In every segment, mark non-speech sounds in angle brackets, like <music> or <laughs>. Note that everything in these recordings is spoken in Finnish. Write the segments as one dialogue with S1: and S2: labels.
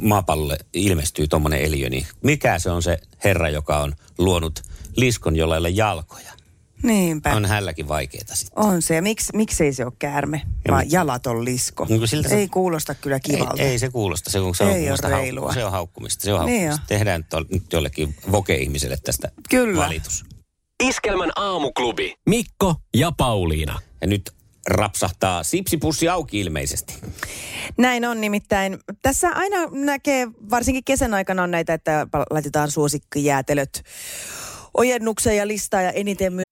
S1: maapallolle ilmestyy tuommoinen eliö, niin mikä se on se herra, joka on luonut liskon, jolla ei ole jalkoja?
S2: niinpä.
S1: On
S2: On.
S1: hälläkin vaikeeta sitten.
S2: On se. Ja miksi, miksei se ole käärme, vaan jalaton lisko.
S1: Niin kuin siltä se-
S2: ei kuulosta kyllä kivalta.
S1: Ei, ei se kuulosta, se, kun se on,
S2: Ei ole
S1: musta
S2: reilua.
S1: se on haukkumista. Se on
S2: Niin
S1: haukkumista.
S2: on.
S1: Tehdään to, nyt jollekin voke-ihmiselle tästä
S2: Kyllä.
S1: valitus.
S3: Iskelmän aamuklubi.
S4: Mikko ja Pauliina.
S1: Ja nyt rapsahtaa sipsipussi auki ilmeisesti.
S2: Näin on nimittäin. Tässä aina näkee, varsinkin kesän aikana on näitä, että pa- laitetaan suosikkijäätelöt ojennukseen ja listaa ja eniten myy-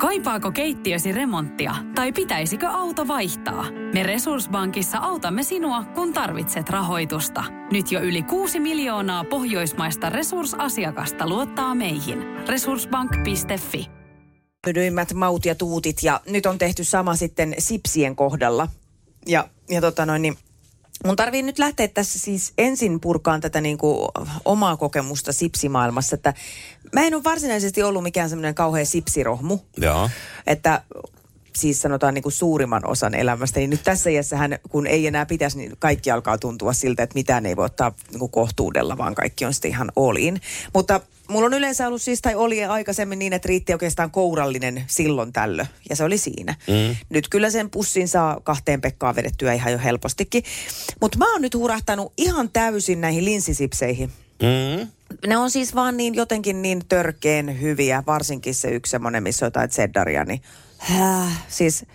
S5: Kaipaako keittiösi remonttia tai pitäisikö auto vaihtaa? Me Resurssbankissa autamme sinua, kun tarvitset rahoitusta. Nyt jo yli 6 miljoonaa pohjoismaista resursasiakasta luottaa meihin. Resurssbank.fi
S2: Myydyimmät maut ja tuutit ja nyt on tehty sama sitten sipsien kohdalla. Ja, ja tota noin, niin Mun tarvii nyt lähteä tässä siis ensin purkaan tätä niin kuin omaa kokemusta sipsimaailmassa, että mä en ole varsinaisesti ollut mikään semmoinen kauhean sipsirohmu,
S1: Joo.
S2: että siis sanotaan niin kuin suurimman osan elämästä, niin nyt tässä iässähän, kun ei enää pitäisi, niin kaikki alkaa tuntua siltä, että mitään ei voi ottaa niin kuin kohtuudella, vaan kaikki on sitten ihan oliin. Mutta mulla on yleensä ollut siis, tai oli aikaisemmin niin, että riitti oikeastaan kourallinen silloin tällö, ja se oli siinä. Mm. Nyt kyllä sen pussin saa kahteen pekkaan vedettyä ihan jo helpostikin. Mutta mä oon nyt hurahtanut ihan täysin näihin linssisipseihin
S1: Mm.
S2: ne on siis vaan niin jotenkin niin törkeen hyviä, varsinkin se yksi semmoinen, missä on jotain cheddaria, niin häh, siis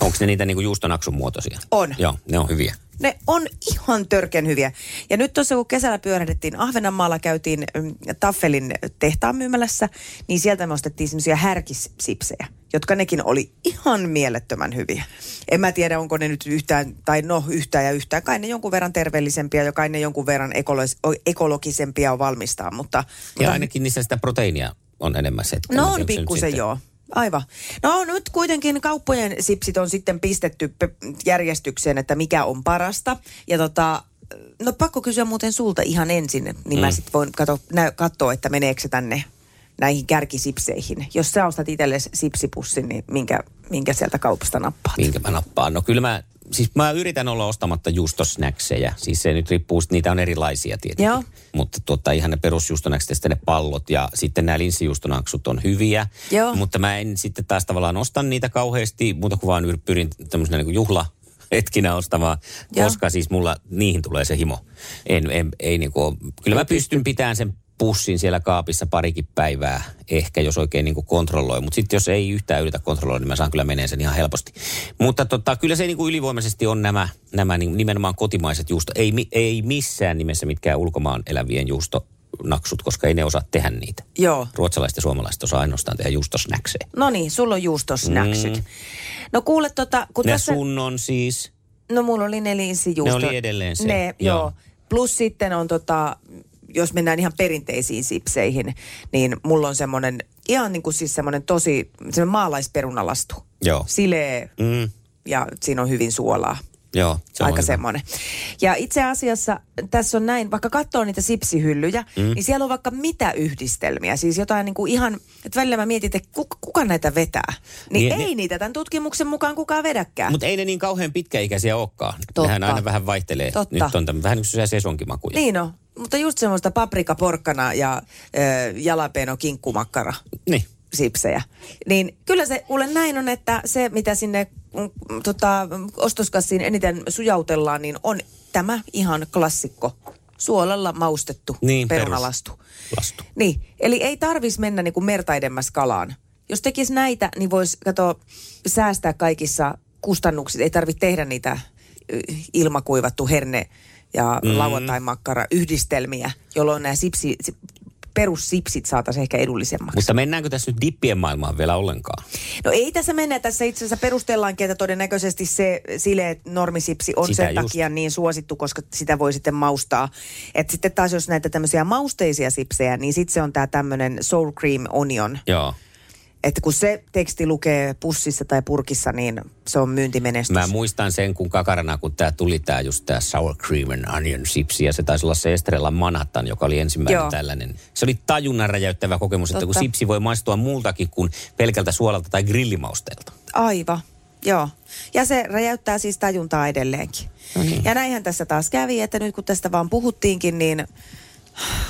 S1: Onko ne niitä niinku juustonaksun muotoisia?
S2: On.
S1: Joo, ne on hyviä.
S2: ne on ihan törkeen hyviä. Ja nyt tuossa kun kesällä pyörähdettiin Ahvenanmaalla, käytiin mm, Taffelin tehtaan myymälässä, niin sieltä me ostettiin semmoisia härkissipsejä, jotka nekin oli ihan mielettömän hyviä. En mä tiedä, onko ne nyt yhtään, tai no yhtään ja yhtään, kai ne jonkun verran terveellisempiä ja kai ne jonkun verran ekolo- ekologisempia on valmistaa, mutta
S1: Ja ainakin niissä sitä proteiinia on enemmän se. että en
S2: No
S1: tiedä,
S2: on
S1: onko se nyt
S2: pikkusen
S1: sitten-
S2: joo. Aivan. No nyt kuitenkin kauppojen sipsit on sitten pistetty pe- järjestykseen, että mikä on parasta. Ja tota, no pakko kysyä muuten sulta ihan ensin, niin mm. mä sitten voin kato, nä- katsoa, että meneekö se tänne näihin kärkisipseihin. Jos sä ostat itsellesi sipsipussin, niin minkä, minkä sieltä kaupasta nappaat?
S1: Minkä mä nappaan? No kyllä mä, siis mä yritän olla ostamatta juustosnäksejä. Siis se nyt riippuu, sit niitä on erilaisia tietenkin.
S2: Joo.
S1: Mutta tuota, ihan ne perusjuustonäkset ja sitten ne pallot ja sitten nämä linssijuustonaksut on hyviä.
S2: Joo.
S1: Mutta mä en sitten taas tavallaan osta niitä kauheasti, muuta kuin vaan yr- pyrin tämmöisenä niin juhla hetkinä ostamaan,
S2: Joo.
S1: koska siis mulla niihin tulee se himo. En, en, ei niin kuin, kyllä mä pystyn pitämään sen pussin siellä kaapissa parikin päivää, ehkä jos oikein niin kuin kontrolloi. Mutta sitten jos ei yhtään yritä kontrolloida, niin mä saan kyllä meneen sen ihan helposti. Mutta tota, kyllä se niin kuin ylivoimaisesti on nämä, nämä niin nimenomaan kotimaiset juusto. Ei, mi- ei missään nimessä mitkään ulkomaan elävien juustonaksut, koska ei ne osaa tehdä niitä.
S2: Joo.
S1: Ruotsalaiset ja suomalaiset osaa ainoastaan tehdä juustosnäksejä.
S2: No niin, sulla on juustosnäksyt. Mm. No kuule tota, kun
S1: Ja
S2: tässä...
S1: sun on siis...
S2: No mulla oli ne linssijuustot.
S1: Ne oli edelleen se,
S2: Ne, joo.
S1: joo.
S2: joo. Plus sitten on tota, jos mennään ihan perinteisiin sipseihin, niin mulla on semmoinen, ihan niin kuin siis semmoinen tosi, semmoinen maalaisperunalastu.
S1: Joo.
S2: Silee
S1: Mm,
S2: ja siinä on hyvin suolaa.
S1: joo. se
S2: Se
S1: on
S2: aika
S1: hyvä.
S2: semmoinen. Ja itse asiassa tässä on näin, vaikka katsoo niitä sipsihyllyjä, mm. niin siellä on vaikka mitä yhdistelmiä. Siis jotain niin kuin ihan, että välillä mä mietin, että kuka, kuka näitä vetää. Niin,
S1: Niin,
S2: ei
S1: niin-
S2: niitä tämän tutkimuksen mukaan kukaan vedäkään.
S1: Mutta ei ne niin kauhean pitkäikäisiä olekaan.
S2: Totta.
S1: Nehän aina vähän vaihtelee.
S2: Totta.
S1: Nyt on tämän, vähän niin kuin sesonkimakuja.
S2: Niin on, mutta just semmoista paprikaporkkana ja ö, jalapeno kinkkumakkara
S1: niin.
S2: sipsejä. Niin kyllä se kuule näin on, että se mitä sinne mm, tota, ostoskassiin eniten sujautellaan, niin on tämä ihan klassikko. Suolalla maustettu
S1: Niin, perus.
S2: perunalastu.
S1: Lastu.
S2: Niin, eli ei tarvis mennä niin kuin merta edemmäs kalaan. Jos tekisi näitä, niin voisi kato, säästää kaikissa kustannuksissa. Ei tarvitse tehdä niitä ö, ilmakuivattu herne- ja
S1: Mm-hmm.
S2: mm. lauantai-makkara yhdistelmiä, jolloin nämä sipsi, si- perussipsit saataisiin ehkä edullisemmaksi.
S1: Mutta mennäänkö tässä nyt dippien maailmaan vielä ollenkaan?
S2: No ei tässä mennä. Tässä itse asiassa perusteellaankin, että todennäköisesti se sileet normisipsi on
S1: Sitä
S2: sen
S1: just.
S2: takia niin suosittu, koska sitä voi sitten maustaa. Et sitten taas jos näitä tämmöisiä mausteisia sipsejä, niin sitten se on tämä tämmöinen sour cream onion.
S1: Joo.
S2: Että kun se teksti lukee pussissa tai purkissa, niin se on myyntimenestys.
S1: Mä muistan sen, kun kakarana, kun tämä tuli tämä just tämä sour cream and onion chips, ja se taisi olla se Estrella Manhattan, joka oli ensimmäinen
S2: Joo.
S1: Joo. tällainen. Se oli tajunnan räjäyttävä kokemus, että kun
S2: Totta.
S1: sipsi voi maistua muultakin kuin pelkältä suolalta tai grillimausteelta.
S2: Aivan, joo. Ja se räjäyttää siis tajuntaa edelleenkin. Mm-hmm. Ja näinhän tässä taas kävi, että nyt kun tästä vaan puhuttiinkin, niin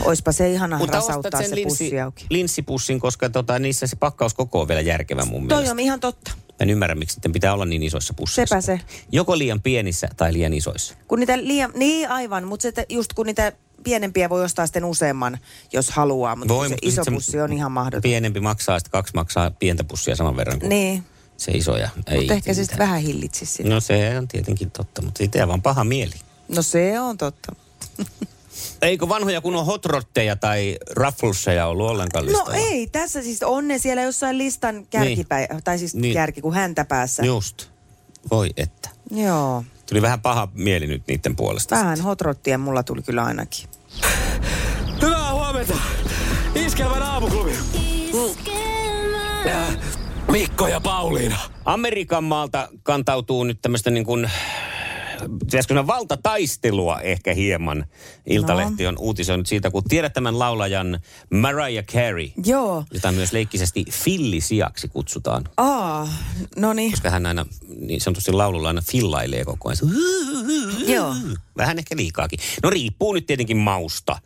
S2: oispa se ihana
S1: Mutta ostat
S2: rasauttaa
S1: sen
S2: se pussi
S1: linssi,
S2: auki.
S1: linssipussin, koska tota, niissä se pakkauskoko on vielä järkevä mun
S2: Toi
S1: mielestä.
S2: on ihan totta.
S1: Mä en ymmärrä, miksi sitten pitää olla niin isoissa pusseissa.
S2: Sepä se.
S1: Joko liian pienissä tai liian isoissa.
S2: Kun niitä liian, niin aivan, mutta se, että just kun niitä pienempiä voi ostaa sitten useamman, jos haluaa, mutta se
S1: mut
S2: iso
S1: sit se
S2: pussi on ihan mahdoton.
S1: Pienempi maksaa, sitten kaksi maksaa pientä pussia saman verran kuin niin.
S2: Niin,
S1: se isoja.
S2: mutta ehkä se
S1: mitään.
S2: sitten vähän hillitsisi sitä.
S1: No se on tietenkin totta, mutta siitä jää vaan paha mieli.
S2: No se on totta.
S1: Eikö vanhoja kun on hotrotteja tai rafflusseja ollut ollenkaan listalla?
S2: No ei, tässä siis on ne siellä jossain listan kärkipäin, niin. tai siis
S1: Niin.
S2: niin. kärki kuin häntä päässä.
S1: Just. Voi että.
S2: Joo.
S1: Tuli vähän paha mieli nyt niiden puolesta.
S2: Vähän hotrottia mulla tuli kyllä ainakin.
S3: Hyvää huomenta. Iskelmän aamuklubi. Äh,
S6: Iskelmä.
S3: Mikko ja Pauliina.
S1: Amerikan maalta kantautuu nyt tämmöistä niin kuin, pitäisikö sanoa valtataistelua ehkä hieman. Iltalehti
S2: No.
S1: on uutisoinut siitä, kun tiedät tämän laulajan Mariah Carey,
S2: Joo.
S1: jota myös leikkisesti fillisiaksi kutsutaan.
S2: Aa,
S1: <laughs>
S2: no niin.
S1: Koska hän aina niin sanotusti laululla aina fillailee koko ajan.
S2: Joo.
S1: Vähän ehkä liikaakin. No riippuu nyt tietenkin mausta.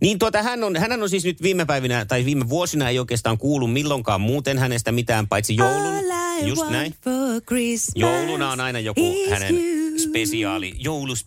S1: Niin tuota, hän on, hän on siis nyt viime päivinä tai viime vuosina ei oikeastaan kuulu milloinkaan muuten hänestä mitään, paitsi joulun.
S2: All I
S1: Just
S2: want
S1: näin.
S2: for Christmas
S1: Jouluna on aina joku
S2: is
S1: hänen
S2: you.
S1: spesiaali,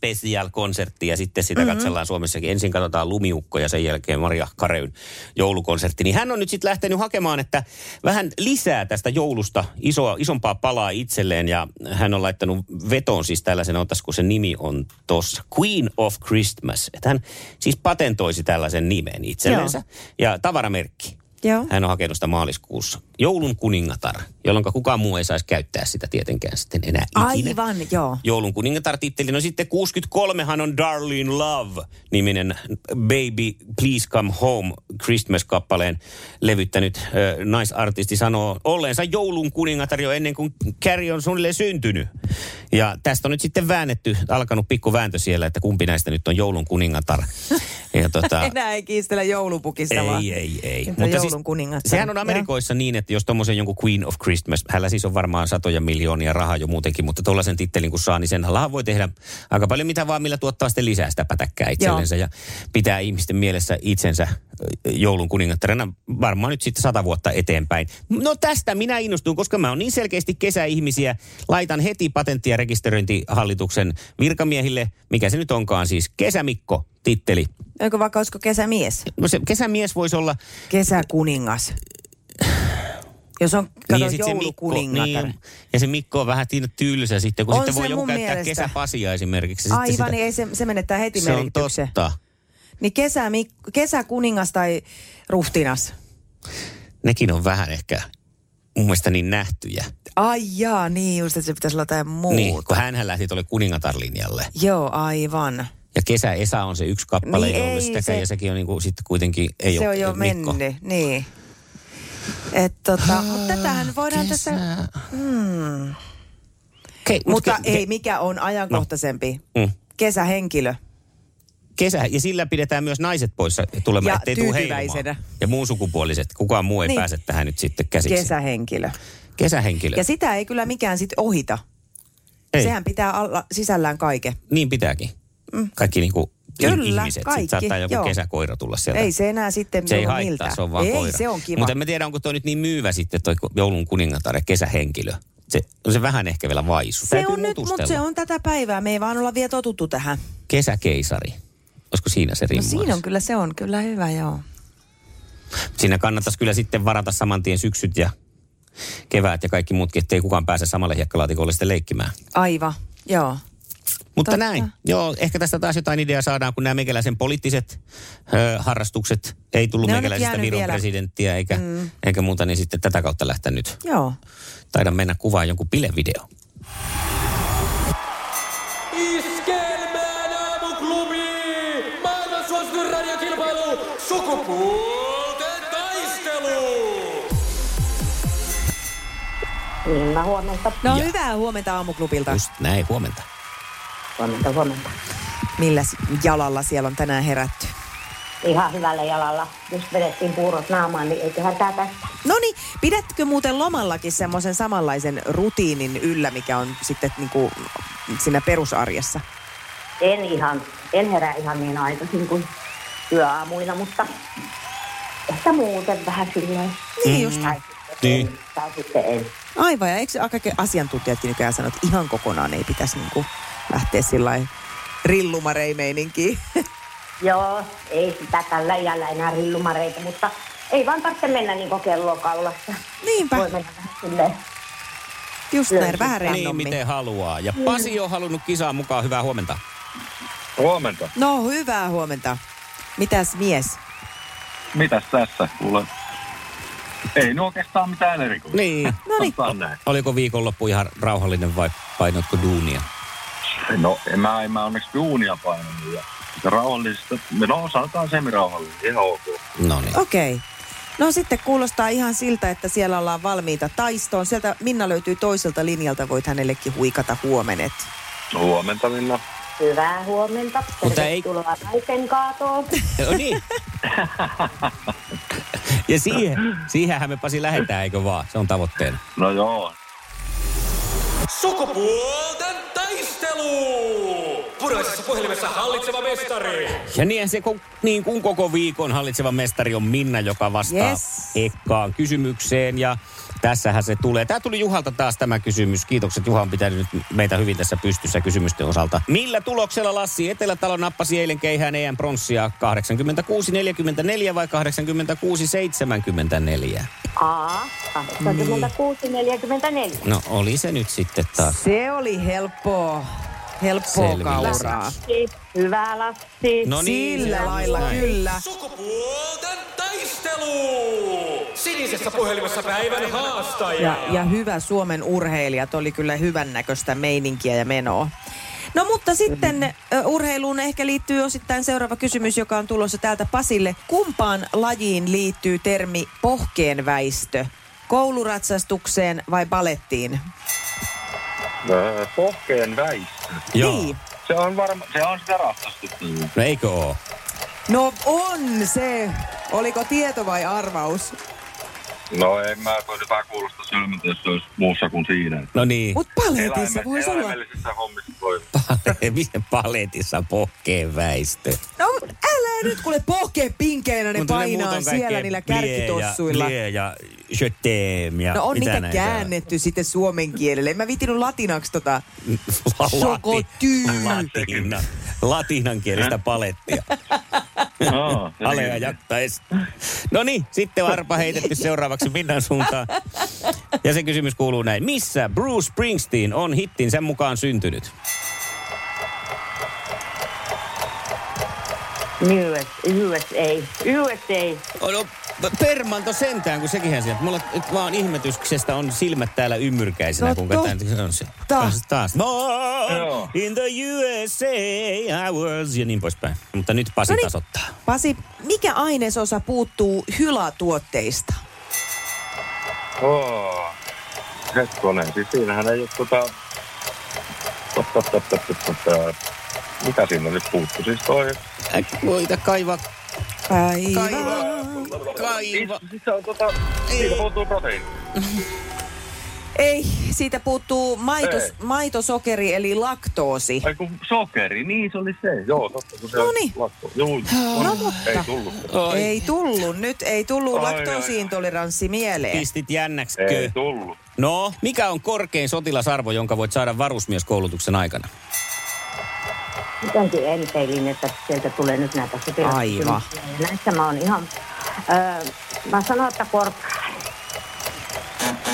S1: jouluspesiaal-konsertti ja sitten sitä mm-hmm. katsellaan Suomessakin. Ensin katsotaan Lumiukko ja sen jälkeen Maria Kareyn joulukonsertti. Niin hän on nyt sitten lähtenyt hakemaan, että vähän lisää tästä joulusta isoa, isompaa palaa itselleen ja hän on laittanut vetoon siis tällaisen, otas kun se nimi on tossa, Queen of Christmas. Että hän siis patentoisi tällaisen nimen itsellensä ja tavaramerkki.
S2: Joo.
S1: Hän on hakenut sitä maaliskuussa. Joulun kuningatar, jolloin kukaan muu ei saisi käyttää sitä tietenkään sitten enää ikinä.
S2: Aivan, joo.
S1: Joulun kuningatar-titteli. No sitten 63han on Darlene Love-niminen Baby Please Come Home Christmas-kappaleen levyttänyt ö, naisartisti sanoo olleensa joulun kuningatar jo ennen kuin Carrie on suunnilleen syntynyt. Ja tästä on nyt sitten väännetty, alkanut pikku vääntö siellä, että kumpi näistä nyt on joulun kuningatar. Ja tota,
S2: <laughs> Enää ei kiistellä joulupukista vaan.
S1: ei, ei, ei. siis
S2: Entä joulun kuningas?
S1: Sehän on Amerikoissa niin, että jos tuommoisen jonkun Queen of Christmas, hänellä siis on varmaan satoja miljoonia rahaa jo muutenkin, mutta tuollaisen tittelin kun saa, niin sen voi tehdä aika paljon mitä vaan, millä tuottaa sitten lisää sitä pätäkkää itsellensä ja pitää ihmisten mielessä itsensä äh, joulun kuningattarena varmaan nyt sitten sata vuotta eteenpäin. No tästä minä innostuin, koska mä oon niin selkeästi kesäihmisiä. Laitan heti patentti- ja rekisteröintihallituksen virkamiehille, mikä se nyt onkaan siis, kesämikko-titteli.
S2: Joo. Eikö vaikka olisiko kesämies?
S1: No se kesämies voisi olla,
S2: Kesäkuningas. Jos on,
S1: Niin,
S2: kato, niin,
S1: ja sit se Mikko,
S2: joulukuningatar.
S1: niin, ja se Mikko on vähän tiin- tylsä sitten, kun
S2: On
S1: sitten voi
S2: se
S1: joku
S2: mun
S1: käyttää
S2: mielestä.
S1: kesäpasia esimerkiksi. Sitten
S2: Aivan,
S1: sitä,
S2: niin ei se, se menettää heti
S1: se on
S2: merkityksen.
S1: totta.
S2: Niin kesä, Mik- kesäkuningas tai ruhtinas.
S1: Nekin on vähän ehkä mun mielestä niin nähtyjä.
S2: Ai jaa, niin just, että se pitäisi olla jotain muuta.
S1: Niin, kun hänhän lähti tuolle kuningatarlinjalle.
S2: Joo, aivan.
S1: Ja kesä Esa on se yksi kappale,
S2: Niin
S1: niin jolle
S2: ei
S1: sitä
S2: se-
S1: se... ja sekin on niinku sitten kuitenkin, ei
S2: se
S1: ole
S2: on jo
S1: Mikko.
S2: mennyt, niin. Et tota, mut tätähän voidaan
S1: Kesä.
S2: tässä...
S1: Okei,
S2: Mutta
S1: ke-
S2: ei, mikä on ajankohtaisempi?
S1: No. Mm.
S2: Kesähenkilö.
S1: Kesä, ja sillä pidetään myös naiset poissa tulemaan,
S2: Ja
S1: ettei tule
S2: tyytyväisenä.
S1: heilumaan. Ja muun sukupuoliset, kukaan muu ei
S2: Niin.
S1: niin. pääse tähän nyt sitten käsiksi.
S2: Kesähenkilö.
S1: Kesähenkilö.
S2: Ja sitä ei kyllä mikään sit ohita.
S1: Ei.
S2: Sehän pitää alla, sisällään kaiken.
S1: Niin pitääkin. Kaikki niinku
S2: Mm. Kyllä,
S1: Kyllä, ihmiset.
S2: kaikki,
S1: Sitten saattaa joku
S2: joo.
S1: joo. kesäkoira tulla sieltä.
S2: Ei se enää sitten
S1: se ei
S2: tunnu
S1: haittaa,
S2: miltään.
S1: se on vaan
S2: ei,
S1: koira.
S2: se on kiva.
S1: Mutta en mä tiedä, onko toi nyt niin myyvä sitten toi joulun kuningatar ja kesähenkilö. Se, on se vähän ehkä vielä vaisu.
S2: se
S1: Täytyy
S2: on nyt,
S1: mutustella.
S2: mutta se on tätä päivää. Me ei vaan olla vielä totuttu tähän.
S1: Kesäkeisari. Olisiko siinä se
S2: No
S1: rimma?
S2: siinä on kyllä, se on kyllä hyvä, joo.
S1: Siinä kannattaisi kyllä sitten varata saman tien syksyt ja kevät ja kaikki muutkin, ettei kukaan pääse samalle hiekkalaatikolle sitten leikkimään.
S2: Aivan, joo.
S1: Mutta
S2: Totta.
S1: Totta. näin. Joo, ehkä tästä taas jotain ideaa saadaan, kun nämä meikäläisen poliittiset ö, harrastukset ei tullut
S2: Ne on nyt
S1: meikäläisestä
S2: jäänyt
S1: Viron
S2: vielä.
S1: presidenttiä eikä, mm. eikä muuta, niin sitten tätä kautta lähtenyt. nyt.
S2: Joo.
S1: Taidan mennä kuvaan jonkun bilevideo.
S3: Iskelmän aamuklubi. Maailman suosituin radiokilpailu. Sukupuolten taistelu.
S7: Minna, huomenta.
S2: No ja. hyvää huomenta aamuklubilta.
S1: Just näin, huomenta.
S7: Huomenta, huomenta.
S2: Millä s- jalalla siellä on tänään herätty?
S7: Ihan hyvällä jalalla. Just vedettiin puurot naamaan, niin eiköhän tää tästä.
S2: No niin, pidätkö muuten lomallakin semmoisen samanlaisen rutiinin yllä, mikä on sitten niinku siinä perusarjessa?
S7: En ihan, en herää ihan niin aikaisin kuin työaamuina, mutta ehkä muuten vähän silleen.
S2: Niin just.
S7: Tai sitten
S1: Niin.
S7: en, tai sitten en.
S2: Aivan, ja eikö se aika asiantuntijatkin nykyään sano, että ihan kokonaan ei pitäisi niinku lähteä sillä rillumareimeininkiin?
S7: Joo, ei sitä tällä iällä enää rillumareita, mutta ei vaan tarvitse mennä niin kello kaulassa.
S2: <laughs> Niinpä,
S7: Voi mennä vähän silleen.
S2: just
S7: Joo.
S2: näin, vähän
S1: Niin,
S2: rennommin.
S1: miten haluaa. Ja Pasi on halunnut kisaan mukaan. Hyvää huomenta.
S8: Huomenta.
S2: No, hyvää huomenta. Mitäs mies?
S8: Mitäs tässä kuule? Ei nu oikeastaan mitään erikoista.
S1: Niin.
S2: Noniin.
S8: Sanotaan näin.
S1: Oliko viikonloppu ihan rauhallinen vai painotko duunia?
S8: No en mä, en mä onneksi duunia painanut ja ja rauhallista. No sanotaan semirauhallista. Ihan ok.
S1: No niin.
S2: Okei. Okay. No sitten kuulostaa ihan siltä, että siellä ollaan valmiita taistoon. Sieltä Minna löytyy toiselta linjalta, voit hänellekin huikata huomenet.
S8: Huomenta Linna.
S7: Hyvää huomenta.
S1: Mutta ei-
S7: Tervetuloa naisten kaatoon.
S1: No
S2: <laughs>
S1: niin. ja siihen, siihenhän me Pasi lähetään, eikö vaan? Se on tavoitteena.
S8: No joo.
S3: Sukupuolten taistelu! Punaisessa puhelimessa hallitseva mestari.
S1: Ja niin se kun, niin kuin koko viikon hallitseva mestari on Minna, joka vastaa yes.
S2: Yes.
S1: Ekkaan kysymykseen. Ja tässähän se tulee. Tämä tuli Juhalta taas tämä kysymys. Kiitokset. Juha on pitänyt nyt meitä hyvin tässä pystyssä kysymysten osalta. Millä tuloksella Lassi Etelätalo nappasi eilen keihään EM pronssia 86-44 vai 86-74?
S7: A. 8644.
S1: No oli se nyt sitten taas.
S2: Se oli helppoa. Helppoa
S1: Selville
S2: kauraa.
S7: Hyvää Lassi.
S1: No niin,
S2: Sillä
S1: se on
S2: lailla
S1: näin.
S2: kyllä.
S3: Sukupuolten taistelu! Sinisessä puhelimessa päivän haastaja.
S2: Ja, ja hyvä Suomen urheilijat, oli kyllä hyvän näköistä meininkiä ja menoa. No mutta sitten ö, urheiluun ehkä liittyy osittain seuraava kysymys, joka on tulossa täältä Pasille. Kumpaan lajiin liittyy termi pohkeenväistö? Kouluratsastukseen vai balettiin?
S8: Öö, Pohkeen väistö.
S2: Niin.
S8: Se on varma, se on sitä ratsastusta.
S1: No eikö oo?
S2: No on se. Oliko tieto vai arvaus?
S8: No en mä voi vähän kuulosta sylmältä, jos se olisi muussa kuin siinä.
S1: No niin. <laughs>
S2: Mutta baletissa voisi olla.
S8: eläimellisissä hommissa voi.
S1: Miten paletissa pohkeen väistö?
S2: No älä nyt kuule pohkeen pinkeinä ne
S1: Kun tulee
S2: painaa
S1: muuten kaikkea
S2: siellä niillä
S1: plie ja-
S2: kärkitossuilla.
S1: plie ja jöteem ja
S2: No on
S1: mitä
S2: niitä
S1: näitä-
S2: käännetty sitten suomen kielelle. En mä viitinyt latinaksi tota.
S1: <laughs> Lati-
S2: Sokotyy.
S1: Latina, latinankielistä palettia.
S8: Aa, se-
S1: Alea jattaes. No niin, sitten on arpa heitetty seuraavaksi Minnan suuntaan. Ja se kysymys kuuluu näin. Missä Bruce Springsteen on hittin sen mukaan syntynyt?
S7: US, USA. USA.
S1: Oh, No, permanto sentään, kun sekinhän sieltä. Mulla nyt vaan ihmetyksestä on silmät täällä ymmyrkäisenä,
S2: No
S1: kuinka tämä se on se. Taas, taas. Born
S8: Joo.
S1: in the USA I was, ja niin poispäin. Mutta nyt Pasi
S2: Noniin.
S1: tasoittaa.
S2: Pasi, mikä ainesosa puuttuu hylatuotteista?
S8: Oo. Hetkonen, siis siinähän ei ole tota... <laughs> tot, tot, tot, tot, tot, tot, tot. Mitä siinä nyt puuttu? Siis toi...
S1: Voita kaivaa,
S2: Päivä.
S1: kaiva.
S8: Siis se on tota... Siitä puuttuu proteiini.
S2: Ei, siitä puuttuu maitos,
S8: Ei.
S2: maitosokeri eli laktoosi.
S8: Ai kun sokeri, niin se oli se. Joo, totta kun se
S2: Noniin.
S8: on lakko. Juu,
S2: No
S8: on,
S2: mutta.
S8: ei tullut.
S1: Oi.
S2: Ei tullut nyt, ei tullut
S8: Ai, ai, ai.
S2: laktoosiintoleranssi mieleen.
S1: Pistit jännäksi.
S8: Ei tullut.
S1: No, mikä on korkein sotilasarvo, jonka voit saada varusmieskoulutuksen aikana?
S7: Jotenkin enteilin, että sieltä tulee nyt näitä sotilaskysymyksiä.
S2: Aivan.
S7: Ja Näissä mä oon ihan... Öö, mä sanon, että korkka.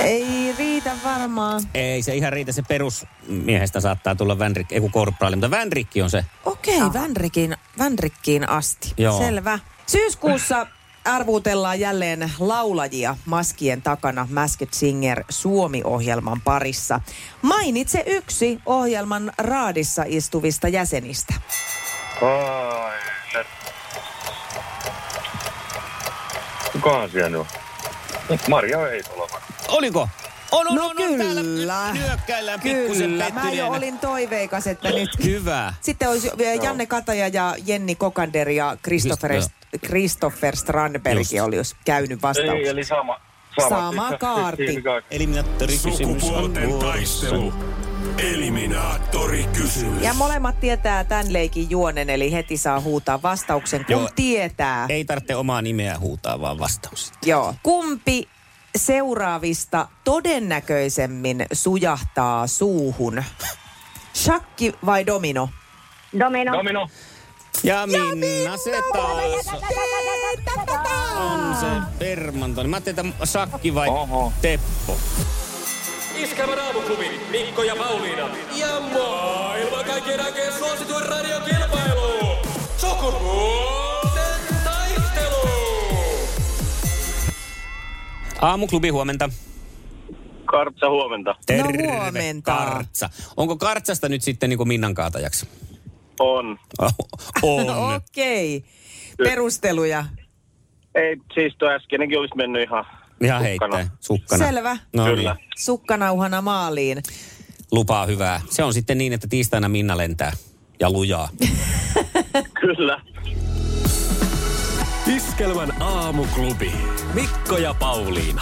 S2: Ei riitä varmaan.
S1: Ei se ihan riitä, se perusmiehestä saattaa tulla vänrik, ei kun korporaali, mutta vänrikki on se.
S2: Okei, Vänrikin, Vänrikkiin asti.
S1: Joo.
S2: Selvä. Syyskuussa arvuutellaan jälleen laulajia maskien takana Masked Singer Suomi-ohjelman parissa. Mainitse yksi ohjelman raadissa istuvista jäsenistä.
S8: Ai, ne- Kukahan siellä nyt on? Maria Heitola.
S1: Oliko? On, on,
S2: No
S1: on, on, täällä
S2: kyllä.
S1: nyt nyökkäillään pikkusen
S2: Kyllä, mä jo
S1: pettyneenä.
S2: olin toiveikas, että
S4: <laughs>
S2: nyt...
S1: Hyvä.
S2: Sitten olisi vielä Janne Kataja ja Jenni Kokander ja Christopher,
S1: Just,
S2: Christopher Strandberg
S1: Just.
S2: oli jos käynyt
S8: Ei,
S2: vastauksessa.
S8: eli sama.
S2: Sama
S8: siis-
S2: kaarti.
S8: siis- siis-
S1: Eliminaattorikysymys on
S4: Sukupuolten
S1: vuorossa.
S4: taistelu. Eliminaattori kysymys.
S2: Ja molemmat tietää tämän leikin juonen, eli heti saa huutaa vastauksen, kun
S1: Joo.
S2: tietää.
S1: Ei tarvitse omaa nimeä huutaa, vaan vastaus.
S2: Joo. Kumpi seuraavista todennäköisemmin sujahtaa suuhun? Shakki vai domino?
S7: Domino.
S8: Domino.
S1: Ja Minna se taas on se permanto. Mä ajattelin, että Sakki vai
S8: Oho.
S1: Teppo.
S3: Iskävän aamuklubi Mikko ja Pauliina. Ja maailman kaikkien aikeen suosituen radiokilpailu. Sukupuolten
S1: Aamuklubi huomenta.
S4: Kartsa huomenta.
S1: Terve,
S2: No huomenta.
S1: Kartsa. Onko Kartsasta nyt sitten niin kuin Minnan kaatajaksi? <laughs>
S4: On.
S1: On.
S2: Okei. Perusteluja.
S4: Ei, siis tuo äskenenkin olisi mennyt ihan
S1: Ihan
S4: sukkana.
S1: heittää. Sukkana.
S2: Selvä.
S1: No
S4: Kyllä.
S1: Niin.
S2: Sukkanauhana maaliin.
S1: Lupaa hyvää. Se on sitten niin, että tiistaina Minna lentää ja lujaa.
S4: Kyllä.
S3: Iskelmän aamuklubi. Mikko ja Pauliina.